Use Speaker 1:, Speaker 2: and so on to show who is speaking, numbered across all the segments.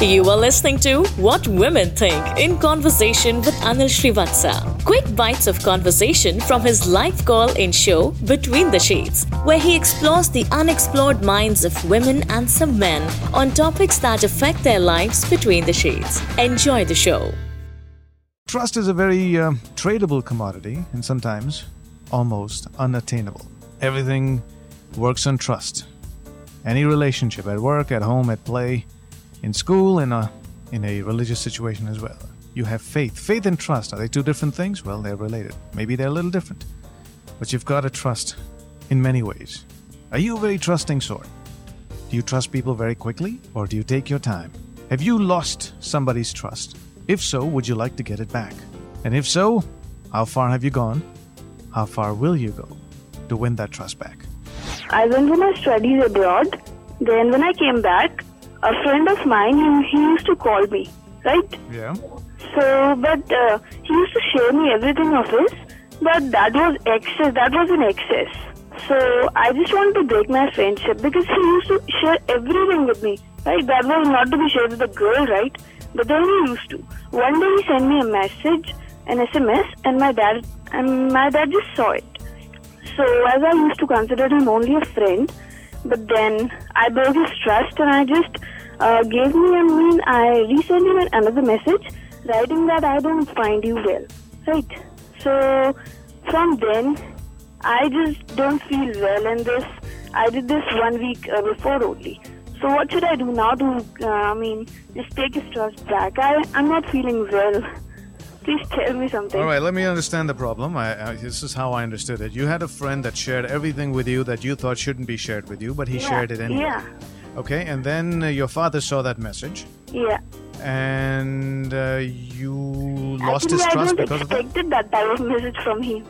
Speaker 1: You are listening to What Women Think in conversation with Anil Srivatsa. Quick bites of conversation from his live call in show Between the Shades, where he explores the unexplored minds of women and some men on topics that affect their lives between the shades. Enjoy the show.
Speaker 2: Trust is a very uh, tradable commodity and sometimes almost unattainable. Everything works on trust. Any relationship at work, at home, at play, in school, in a in a religious situation as well. You have faith. Faith and trust are they two different things? Well, they're related. Maybe they're a little different. But you've got to trust in many ways. Are you a very trusting sort? Do you trust people very quickly or do you take your time? Have you lost somebody's trust? If so, would you like to get it back? And if so, how far have you gone? How far will you go to win that trust back?
Speaker 3: I went for my studies abroad. Then when I came back, a friend of mine he, he used to call me, right?
Speaker 2: Yeah.
Speaker 3: So, but uh, he used to share me everything of his, but that was excess. That was an excess. So I just wanted to break my friendship because he used to share everything with me, right? That was not to be shared with a girl, right? But then he used to. One day he sent me a message, an SMS, and my dad and my dad just saw it. So as I used to consider him only a friend, but then I broke his trust and I just uh, gave him I mean I resent him another message writing that I don't find you well, right? So from then I just don't feel well and this I did this one week uh, before only. So what should I do now to uh, I mean just take his trust back? I I'm not feeling well. Please tell me something.
Speaker 2: All right, let me understand the problem. I, I, this is how I understood it. You had a friend that shared everything with you that you thought shouldn't be shared with you, but he
Speaker 3: Yeah,
Speaker 2: shared it anyway.
Speaker 3: Yeah.
Speaker 2: Okay, and then uh, your father saw that message
Speaker 3: Yeah.
Speaker 2: and uh, you lost
Speaker 3: Actually,
Speaker 2: his
Speaker 3: I
Speaker 2: trust
Speaker 3: don't
Speaker 2: because of that.
Speaker 3: expected that type of message from him.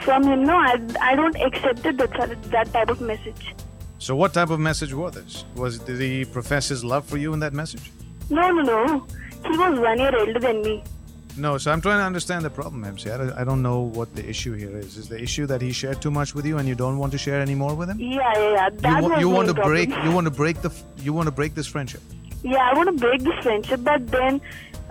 Speaker 3: From him, no, I, I don't accepted that that type of message.
Speaker 2: So, what type of message was this? Was did he profess his love for you in that message?
Speaker 3: No, no, no. He was one year older than me.
Speaker 2: No, so I'm trying to understand the problem, MC. I don't, I don't know what the issue here is. Is the issue that he shared too much with you and you don't want to share any more with him?
Speaker 3: Yeah, yeah, yeah. That
Speaker 2: you wa-
Speaker 3: was
Speaker 2: you
Speaker 3: my
Speaker 2: want to
Speaker 3: problem.
Speaker 2: break you want to break the f- you want to break this friendship.
Speaker 3: Yeah, I want to break this friendship, but then,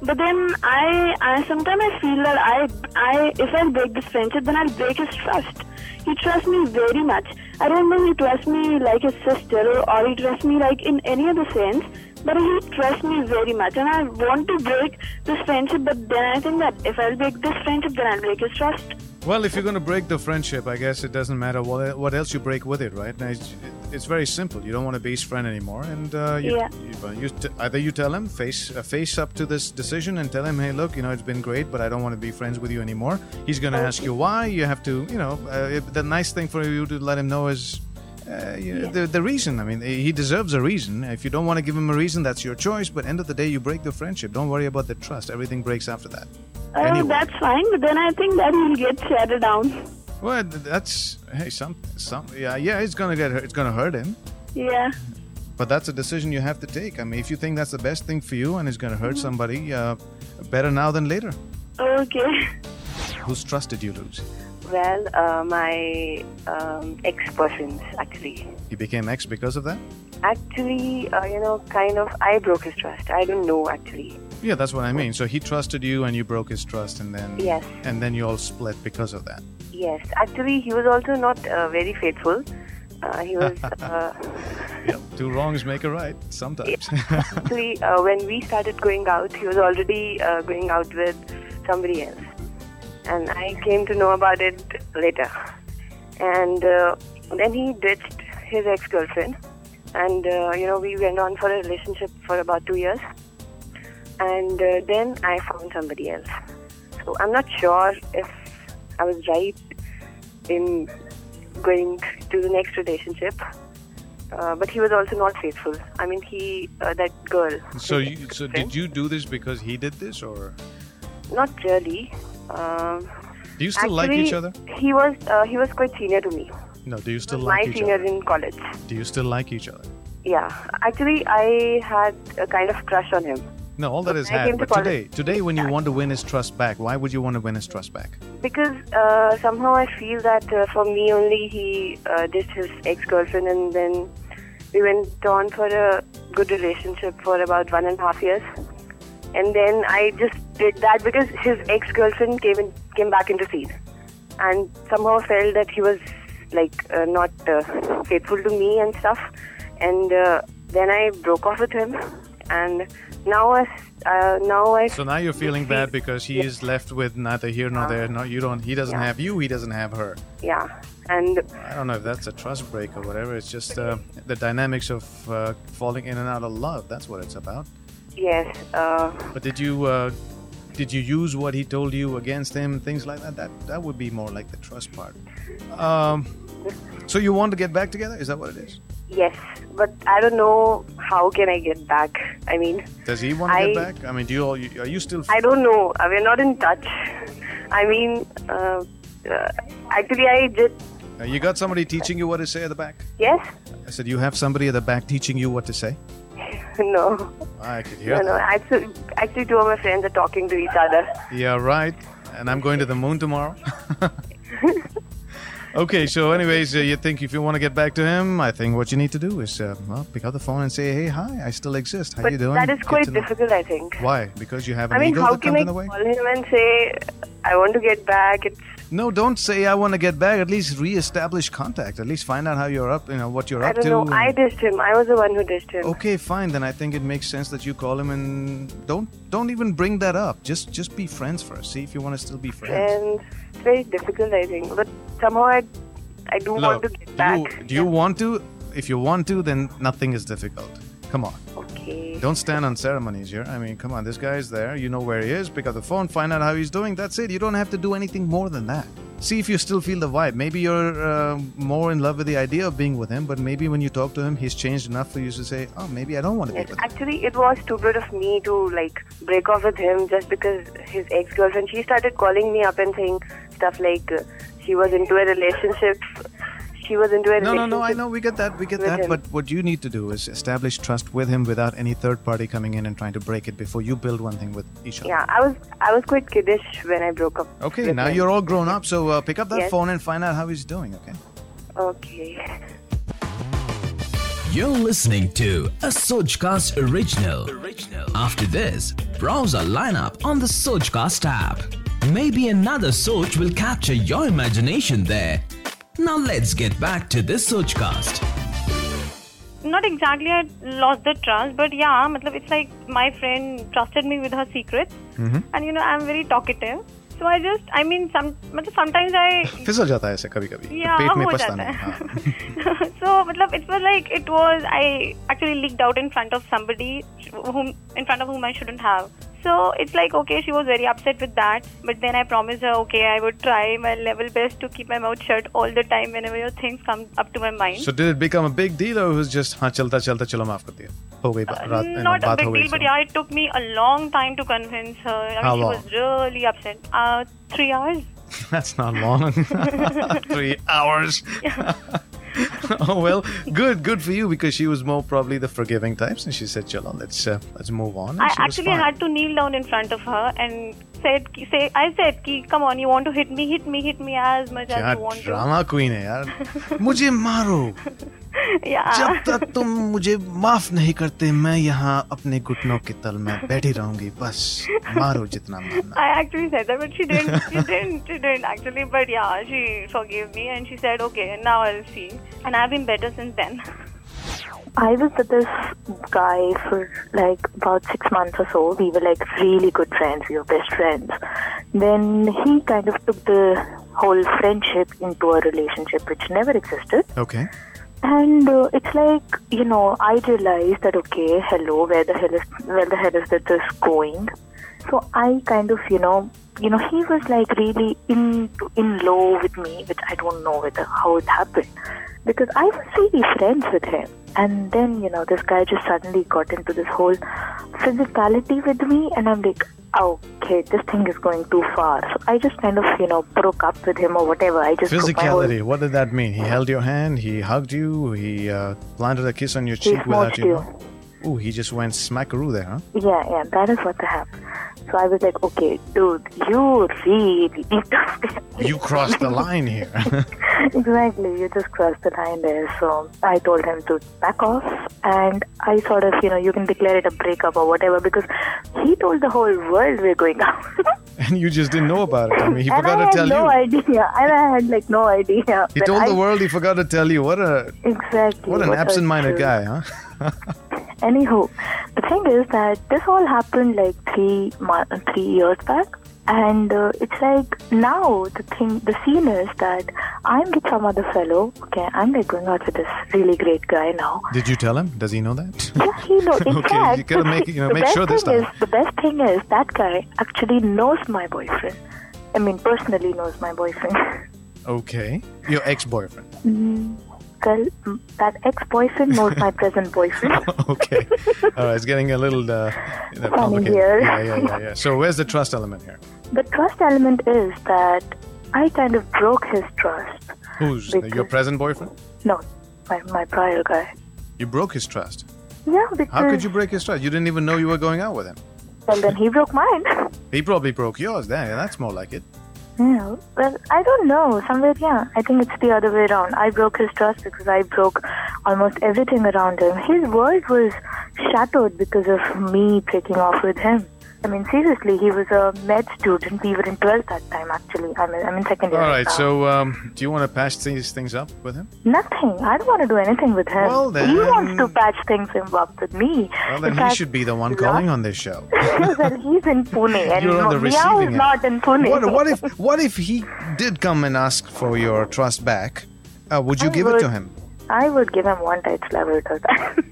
Speaker 3: but then I, I sometimes I feel that I, I, if I break this friendship, then I'll break his trust. He trusts me very much. I don't think he trusts me like his sister, or, or he trusts me like in any other sense. But he trusts me very much, and I want to break this friendship. But then I think that if I'll break this friendship, then I'll break his trust.
Speaker 2: Well, if you're going to break the friendship, I guess it doesn't matter what, what else you break with it, right? Now, it's, it's very simple. You don't want to be his friend anymore, and uh, you,
Speaker 3: Yeah.
Speaker 2: you- well, you t- either you tell him face uh, face up to this decision and tell him, hey, look, you know, it's been great, but I don't want to be friends with you anymore. He's going to ask you why. You have to, you know, uh, it- the nice thing for you to let him know is. Uh, you the, the reason, I mean, he deserves a reason. If you don't want to give him a reason, that's your choice. But end of the day, you break the friendship. Don't worry about the trust. Everything breaks after that.
Speaker 3: Uh,
Speaker 2: Anyway.
Speaker 3: That's fine, but then I think that he'll get shut down.
Speaker 2: Well, th- that's hey, some, some, yeah, yeah. It's gonna get, hurt. it's gonna hurt him,
Speaker 3: Yeah.
Speaker 2: but that's a decision you have to take. I mean, if you think that's the best thing for you and it's gonna hurt
Speaker 4: Mm-hmm.
Speaker 2: somebody, uh, better now than later.
Speaker 3: Okay.
Speaker 2: Whose trust did you lose?
Speaker 4: Well, uh, my um, ex persons actually.
Speaker 2: He became ex because of that.
Speaker 4: Actually, uh, you know, kind of, I broke his trust. I don't know actually.
Speaker 2: Yeah, that's what I mean. So he trusted you, and you broke his trust, and then
Speaker 4: Yes.
Speaker 2: and then you all split because of that.
Speaker 4: Yes, actually, he was also not uh, very faithful. Uh, he was uh,
Speaker 2: Yep. Two wrongs make a right sometimes.
Speaker 4: actually uh, when we started going out, he was already uh, going out with somebody else, and I came to know about it later. And uh, then he ditched his ex-girlfriend, and uh, you know we went on for a relationship for about two years, and uh, then I found somebody else. So I'm not sure if I was right in going to the next relationship. Uh, but he was also not faithful. I mean, he uh, that girl.
Speaker 2: so
Speaker 4: his
Speaker 2: you, so
Speaker 4: ex-girlfriend.
Speaker 2: did you do this because he did this, or
Speaker 4: Not really. Um,
Speaker 2: do you still
Speaker 4: actually,
Speaker 2: like each other?
Speaker 4: He was uh, he was quite senior to me.
Speaker 2: No, do you still
Speaker 4: My
Speaker 2: like each
Speaker 4: senior
Speaker 2: other?
Speaker 4: in college.
Speaker 2: Do you still like each other?
Speaker 4: Yeah. Actually, I had a kind of crush on him
Speaker 2: No, all that is
Speaker 4: I
Speaker 2: had.
Speaker 4: came to
Speaker 2: But
Speaker 4: college-
Speaker 2: today, today when you want to win his trust back, why would you want to win his trust back?
Speaker 4: because uh, somehow I feel that uh, for me only he uh, did his ex-girlfriend and then We went on for a good relationship for about one and a half years. And then I just did that because his ex girlfriend came in, came back into scene, and somehow felt that he was like uh, not uh, faithful to me and stuff. And uh, then I broke off with him, and now I s- uh, now I
Speaker 2: So now you're feeling bad because he is left with neither here nor there. No, you don't. He doesn't
Speaker 4: Yeah.
Speaker 2: have you. He doesn't have her.
Speaker 4: yeah, and
Speaker 2: I don't know if that's a trust break or whatever. It's just uh, the dynamics of uh, falling in and out of love. That's what it's about.
Speaker 4: yes, uh,
Speaker 2: But did you uh, did you use what he told you against him? Things like that. That that would be more like the trust part. Um, so you want to get back together? Is that what it is?
Speaker 4: yes, but I don't know how can I get back. I mean,
Speaker 2: Does he want to get
Speaker 4: I-
Speaker 2: back? I mean, do you all? Are you still?
Speaker 4: I don't know. Uh, We're not in touch. I mean, uh, uh, actually, I did.
Speaker 2: Uh, you got somebody teaching you what to say at the back?
Speaker 4: Yes?
Speaker 2: I said you have somebody at the back teaching you what to say.
Speaker 4: No.
Speaker 2: I could hear
Speaker 4: No, no.
Speaker 2: that.
Speaker 4: Actually, actually, two of my friends are talking to each other.
Speaker 2: Yeah, right. And I'm going to the moon tomorrow. okay, so anyways, uh, you think if you want to get back to him, I think what you need to do is uh, well, pick up the phone and say, "Hey, hi, I still exist. How
Speaker 4: But
Speaker 2: you doing?"
Speaker 4: that is
Speaker 2: Get
Speaker 4: quite
Speaker 2: to know-
Speaker 4: difficult, I think.
Speaker 2: Why? Because you have an
Speaker 4: I mean,
Speaker 2: ego
Speaker 4: how
Speaker 2: that
Speaker 4: can
Speaker 2: comes
Speaker 4: I
Speaker 2: in the way.
Speaker 4: call him and say, I want to get back? It's,
Speaker 2: No, don't say I want to get back. At least re-establish contact. At least find out how you're up. You know what you're
Speaker 4: I
Speaker 2: up
Speaker 4: don't
Speaker 2: to.
Speaker 4: know.
Speaker 2: and-
Speaker 4: I dissed him. I was the one who dissed him.
Speaker 2: Okay, fine. Then I think it makes sense that you call him and don't don't even bring that up. Just just be friends first. See if you want to still be friends.
Speaker 4: And it's very difficult, I think. But somehow I, I do want to
Speaker 2: Look,
Speaker 4: get
Speaker 2: do
Speaker 4: back.
Speaker 2: you, do you want to? If you want to, then nothing is difficult. Come on.
Speaker 4: Okay.
Speaker 2: Don't stand on ceremonies here. I mean, come on. This guy's there. You know where he is. Pick up the phone. Find out how he's doing. That's it. You don't have to do anything more than that. See if you still feel the vibe. Maybe you're uh, more in love with the idea of being with him, but maybe when you talk to him, he's changed enough for you to say, "Oh, maybe I don't want to
Speaker 4: Yes,
Speaker 2: be with him."
Speaker 4: actually, it was stupid of me to like break off with him just because his ex-girlfriend. She started calling me up and saying stuff like uh, she was into a relationship. She was into a
Speaker 2: No,
Speaker 4: relationship.
Speaker 2: no, no. I know we get that. We get
Speaker 4: with
Speaker 2: that.
Speaker 4: him.
Speaker 2: But what you need to do is establish trust with him without any third party coming in and trying to break it before you build one thing with each other.
Speaker 4: Yeah, I was I was quite kiddish when I broke up.
Speaker 2: Okay,
Speaker 4: with
Speaker 2: now
Speaker 4: him.
Speaker 2: you're all grown up, so uh, pick up that
Speaker 4: Yes.
Speaker 2: phone and find out how he's doing, okay?
Speaker 4: okay.
Speaker 5: You're listening to a Sojcast original. After this, browse our lineup on the Sojcast app. Maybe another Soj will capture your imagination there. Now let's get back to this Sojcast.
Speaker 6: not exactly I lost the trust, but yeah, matlab, it's like my friend trusted me with her secrets, and you know I'm very talkative, so I just I mean some matlab, sometimes I
Speaker 2: फिसल जाता है ऐसे कभी कभी
Speaker 6: yeah
Speaker 2: पेट में
Speaker 6: हो
Speaker 2: पछताना
Speaker 6: जाता है
Speaker 2: हाँ।
Speaker 6: so matlab, it was like it was I actually leaked out in front of somebody whom in front of whom I shouldn't have. So it's like okay, she was very upset with that, but then I promised her okay, I would try my level best to keep my mouth shut all the time whenever your things come up to my mind.
Speaker 2: So did it become a big deal or it was just हाँ चलता चलता चलो माफ कर दिया हो गई बा- रात you know,
Speaker 6: not a
Speaker 2: बात
Speaker 6: big
Speaker 2: हो गई
Speaker 6: deal, but
Speaker 2: so-
Speaker 6: yeah, it took me a long time to convince her. I mean,
Speaker 2: How
Speaker 6: she
Speaker 2: long?
Speaker 6: was really upset. Uh, three hours.
Speaker 2: That's not long. Three hours. oh well, good, good for you because she was more probably the forgiving types, and she said, "Chalo, let's uh, let's move on." and
Speaker 6: I
Speaker 2: she was
Speaker 6: actually
Speaker 2: fine.
Speaker 6: had to kneel down in front of her and said, ki- "Say, I said, ki, come on, you want to hit me, hit me, hit me as much
Speaker 2: क्या
Speaker 6: as you want
Speaker 2: drama queen है यार eh, मुझे मारो
Speaker 6: to." Yeah.
Speaker 2: जब तक तुम मुझे माफ नहीं करते मैं यहाँ अपने घुटनों के तल में बैठी रहूंगी बस मारो जितना मारना
Speaker 6: I actually said that, but she didn't. She didn't. She didn't actually. But yeah, she forgave me and she said, "Okay, now I'll see." And I've been better since then.
Speaker 7: I was with this guy for like about six months or so. We were like really good friends. We were best friends. Then he kind of took the whole friendship into a relationship which never existed.
Speaker 2: Okay
Speaker 7: And uh, it's like you know, I realized that okay, hello, where the hell is where the hell is that this going? So I kind of you know, you know, he was like really in in love with me, which I don't know whether how it happened because I was really friends with him. And then you know, this guy just suddenly got into this whole physicality with me, and I'm like. Okay, this thing is going too far. So I just kind of, you know, broke up with him or whatever. I just took my whole
Speaker 2: physicality what did that mean he held your hand he hugged you he uh, planted a kiss on your
Speaker 7: He
Speaker 2: cheek without
Speaker 7: smooched
Speaker 2: you
Speaker 7: you.
Speaker 2: know- Ooh, he just went smackaroo there, huh?
Speaker 7: Yeah, yeah, that is what happened. So I was like, okay, dude, you really deserved it.
Speaker 2: You crossed the line here.
Speaker 7: exactly, you just crossed the line there. So I told him to back off, and I sort of, you know, you can declare it a breakup or whatever because he told the whole world we're going out.
Speaker 2: and you just didn't know about it. I mean, he
Speaker 7: and
Speaker 2: forgot
Speaker 7: I
Speaker 2: to
Speaker 7: had
Speaker 2: tell
Speaker 7: no
Speaker 2: you.
Speaker 7: idea, and I had like no idea.
Speaker 2: He
Speaker 7: that
Speaker 2: told
Speaker 7: I,
Speaker 2: the world he forgot to tell you. What a
Speaker 7: exactly
Speaker 2: what an
Speaker 7: what I
Speaker 2: absent-minded
Speaker 7: should-
Speaker 2: guy, huh?
Speaker 7: Anywho, the thing is that this all happened like three mo- three years back, and uh, it's like now the thing, the scene is that I'm with some other fellow. Okay, I'm like going out with this really great guy now.
Speaker 2: Did you tell him? Does he know that?
Speaker 7: Yeah, he knows. In
Speaker 2: Okay,
Speaker 7: fact,
Speaker 2: you gotta make- you know,
Speaker 7: the
Speaker 2: make
Speaker 7: best
Speaker 2: sure this
Speaker 7: thing
Speaker 2: time.
Speaker 7: is the best thing is that guy actually knows my boyfriend. I mean, personally knows my boyfriend.
Speaker 2: okay. Your ex-boyfriend.
Speaker 7: Girl, mm, that ex-boyfriend knows my present boyfriend.
Speaker 2: okay. All right. It's getting a little uh, you know,
Speaker 7: Funny
Speaker 2: complicated.
Speaker 7: here.
Speaker 2: Yeah, yeah, yeah, yeah. So where's the trust element here?
Speaker 7: The trust element is that I kind of broke his trust.
Speaker 2: Who's
Speaker 7: Because-
Speaker 2: your present boyfriend?
Speaker 7: No, my, my prior guy.
Speaker 2: You broke his trust.
Speaker 7: Yeah, because
Speaker 2: How could you break his trust? You didn't even know you were going out with him.
Speaker 7: well, then he broke mine.
Speaker 2: He probably broke yours. There, yeah, that's more like it.
Speaker 7: yeah, well, I don't know. Somewhere, yeah, I think it's the other way around. I broke his trust because I broke almost everything around him. His world was shattered because of me breaking off with him. I mean, seriously, he was a med student. We were in 12th that time, actually. I'm in, I'm in second year.
Speaker 2: All right.
Speaker 7: now.
Speaker 2: So um, do you want to patch these things up with him?
Speaker 7: Nothing. I don't want to do anything with him.
Speaker 2: Well,
Speaker 7: He
Speaker 2: then-
Speaker 7: wants to patch things up with me.
Speaker 2: Well,
Speaker 7: In
Speaker 2: then he
Speaker 7: fact,
Speaker 2: should be the one
Speaker 7: last-
Speaker 2: calling on this show.
Speaker 7: well, he's in Pune, and
Speaker 2: You're on the
Speaker 7: Miao
Speaker 2: receiving
Speaker 7: is
Speaker 2: end.
Speaker 7: not in Pune.
Speaker 2: What, what if what if he did come and ask for your trust back? Uh, would you
Speaker 7: I
Speaker 2: give it to
Speaker 7: would.
Speaker 2: him?
Speaker 7: I would give him one tight slap out of that.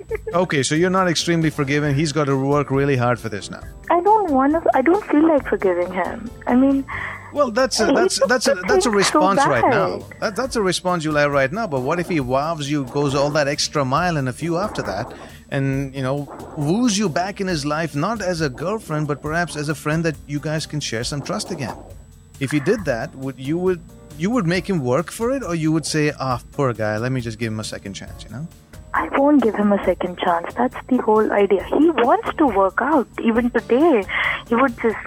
Speaker 2: Okay, so you're not extremely forgiving. He's got to work really hard for this now.
Speaker 7: I don't want to. I don't feel like forgiving him. I mean,
Speaker 2: Well, that's a,
Speaker 7: He
Speaker 2: that's
Speaker 7: took
Speaker 2: that's a,
Speaker 7: the
Speaker 2: that's a
Speaker 7: thing so
Speaker 2: response right
Speaker 7: bad.
Speaker 2: now. That, that's a response you'll have right now. But what if he wows you, goes all that extra mile and a few after that, and you know woos you back in his life, not as a girlfriend, but perhaps as a friend that you guys can share some trust again. If he did that, would you would you would make him work for it, or you would say, ah, poor guy, let me just give him a second chance, you know?
Speaker 7: I won't give him a second chance. That's the whole idea. He wants to work out. Even today, he would just,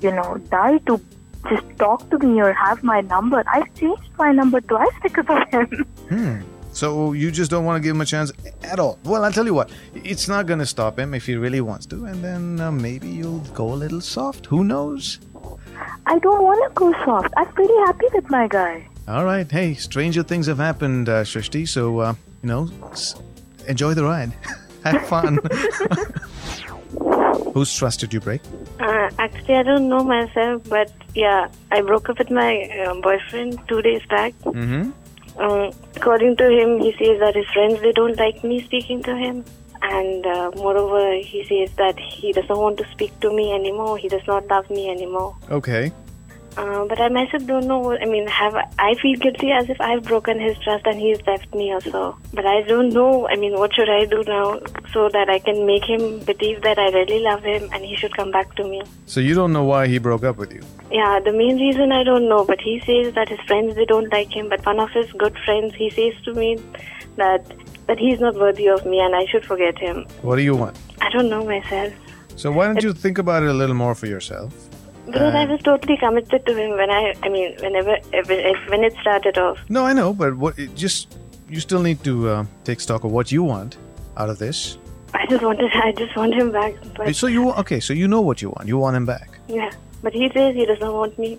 Speaker 7: you know, die to just talk to me or have my number. I changed my number twice because of him.
Speaker 2: So you just don't want to give him a chance at all. Well, I'll tell you what, it's not going to stop him if he really wants to, and then uh, maybe you'll go a little soft. Who knows?
Speaker 7: I don't want to go soft. I'm pretty happy with my guy.
Speaker 2: All right, hey, stranger things have happened, uh, Shrishti. So uh, you know, s- enjoy the ride, have fun. Who's trusted you, break?
Speaker 4: Uh, actually, I don't know myself, but yeah, I broke up with my uh, boyfriend two days back.
Speaker 2: Mm-hmm.
Speaker 4: Um, according to him, he says that his friends they don't like me speaking to him, and uh, moreover, he says that he doesn't want to speak to me anymore. He does not love me anymore.
Speaker 2: Okay.
Speaker 4: Uh, but I myself don't know. what- I mean, have I- I feel guilty as if I've broken his trust and he's left me also. But I don't know. I mean, what should I do now so that I can make him believe that I really love him and he should come back to me?
Speaker 2: So you don't know why he broke up with you.
Speaker 4: Yeah, the main reason I don't know, but he says that his friends they don't like him. But one of his good friends, he says to me that that he's not worthy of me and I should forget him.
Speaker 2: What do you want?
Speaker 4: I don't know myself
Speaker 2: So why don't you think about it a little more for yourself?
Speaker 4: because I
Speaker 2: Uh.
Speaker 4: was totally committed to him when I. I mean, whenever if, if, when it started off.
Speaker 2: No, I know, but what? It just you still need to uh, take stock of what you want out of this.
Speaker 4: I just wanted. I just want him back. But
Speaker 2: So you okay? So you know what you want. You want him back.
Speaker 4: Yeah, but he says he doesn't want me.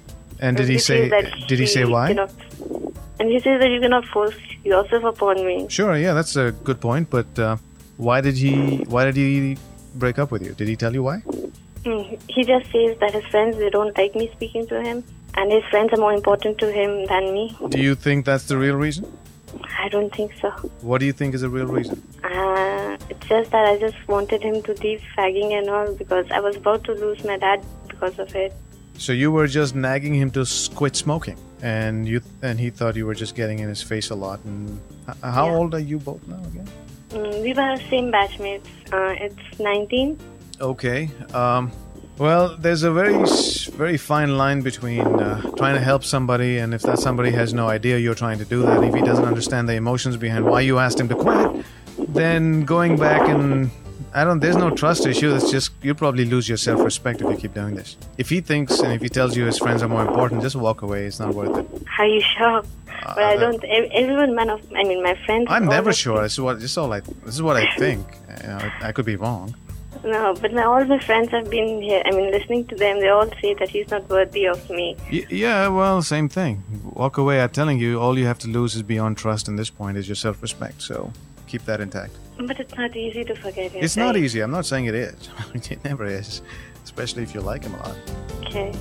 Speaker 2: And did he
Speaker 4: Because
Speaker 2: say?
Speaker 4: says that
Speaker 2: Did he say why?
Speaker 4: cannot- and he says that you cannot force yourself upon me.
Speaker 2: Sure. Yeah, that's a good point. But uh, why did he? Why did he break up with you? Did he tell you why?
Speaker 4: Hmm, He just says that his friends they don't like me speaking to him, and his friends are more important to him than me.
Speaker 2: Do you think that's the real reason?
Speaker 4: I don't think so.
Speaker 2: What do you think is the real reason?
Speaker 4: Uh, it's just that I just wanted him to leave fagging and all because I was about to lose my dad because of it.
Speaker 2: So you were just nagging him to s- quit smoking, and you and he thought you were just getting in his face a lot. And h- how
Speaker 4: Yeah.
Speaker 2: old are you both now again?
Speaker 4: Mm, we were same batchmates. Uh, it's 19.
Speaker 2: Okay. Um, well, there's a very, s- very fine line between uh, trying to help somebody, and if that somebody has no idea you're trying to do that, if he doesn't understand the emotions behind why you asked him to quit, then going back and I don't. There's no trust issue. It's just you probably lose your self-respect if you keep doing this. If he thinks and if he tells you his friends are more important, just walk away. It's not worth it.
Speaker 4: Are you sure? But I
Speaker 2: Uh,
Speaker 4: don't. ev- Everyone, man of, I mean, my friends.
Speaker 2: I'm
Speaker 4: all
Speaker 2: never
Speaker 4: my-
Speaker 2: sure. This is what. This is all I. This is what I think. You know, I could be wrong.
Speaker 4: No, but now all my friends have been here. I mean, listening to them, they all say that he's not worthy of me.
Speaker 2: Y- yeah. Well, same thing. Walk away. I'm telling you, all you have to lose is beyond trust. And this point is your self-respect. So keep that intact.
Speaker 4: But it's not easy to forget him.
Speaker 2: It's not
Speaker 4: right?
Speaker 2: easy. I'm not saying it is. it never is, especially if you like him a lot.
Speaker 4: Okay.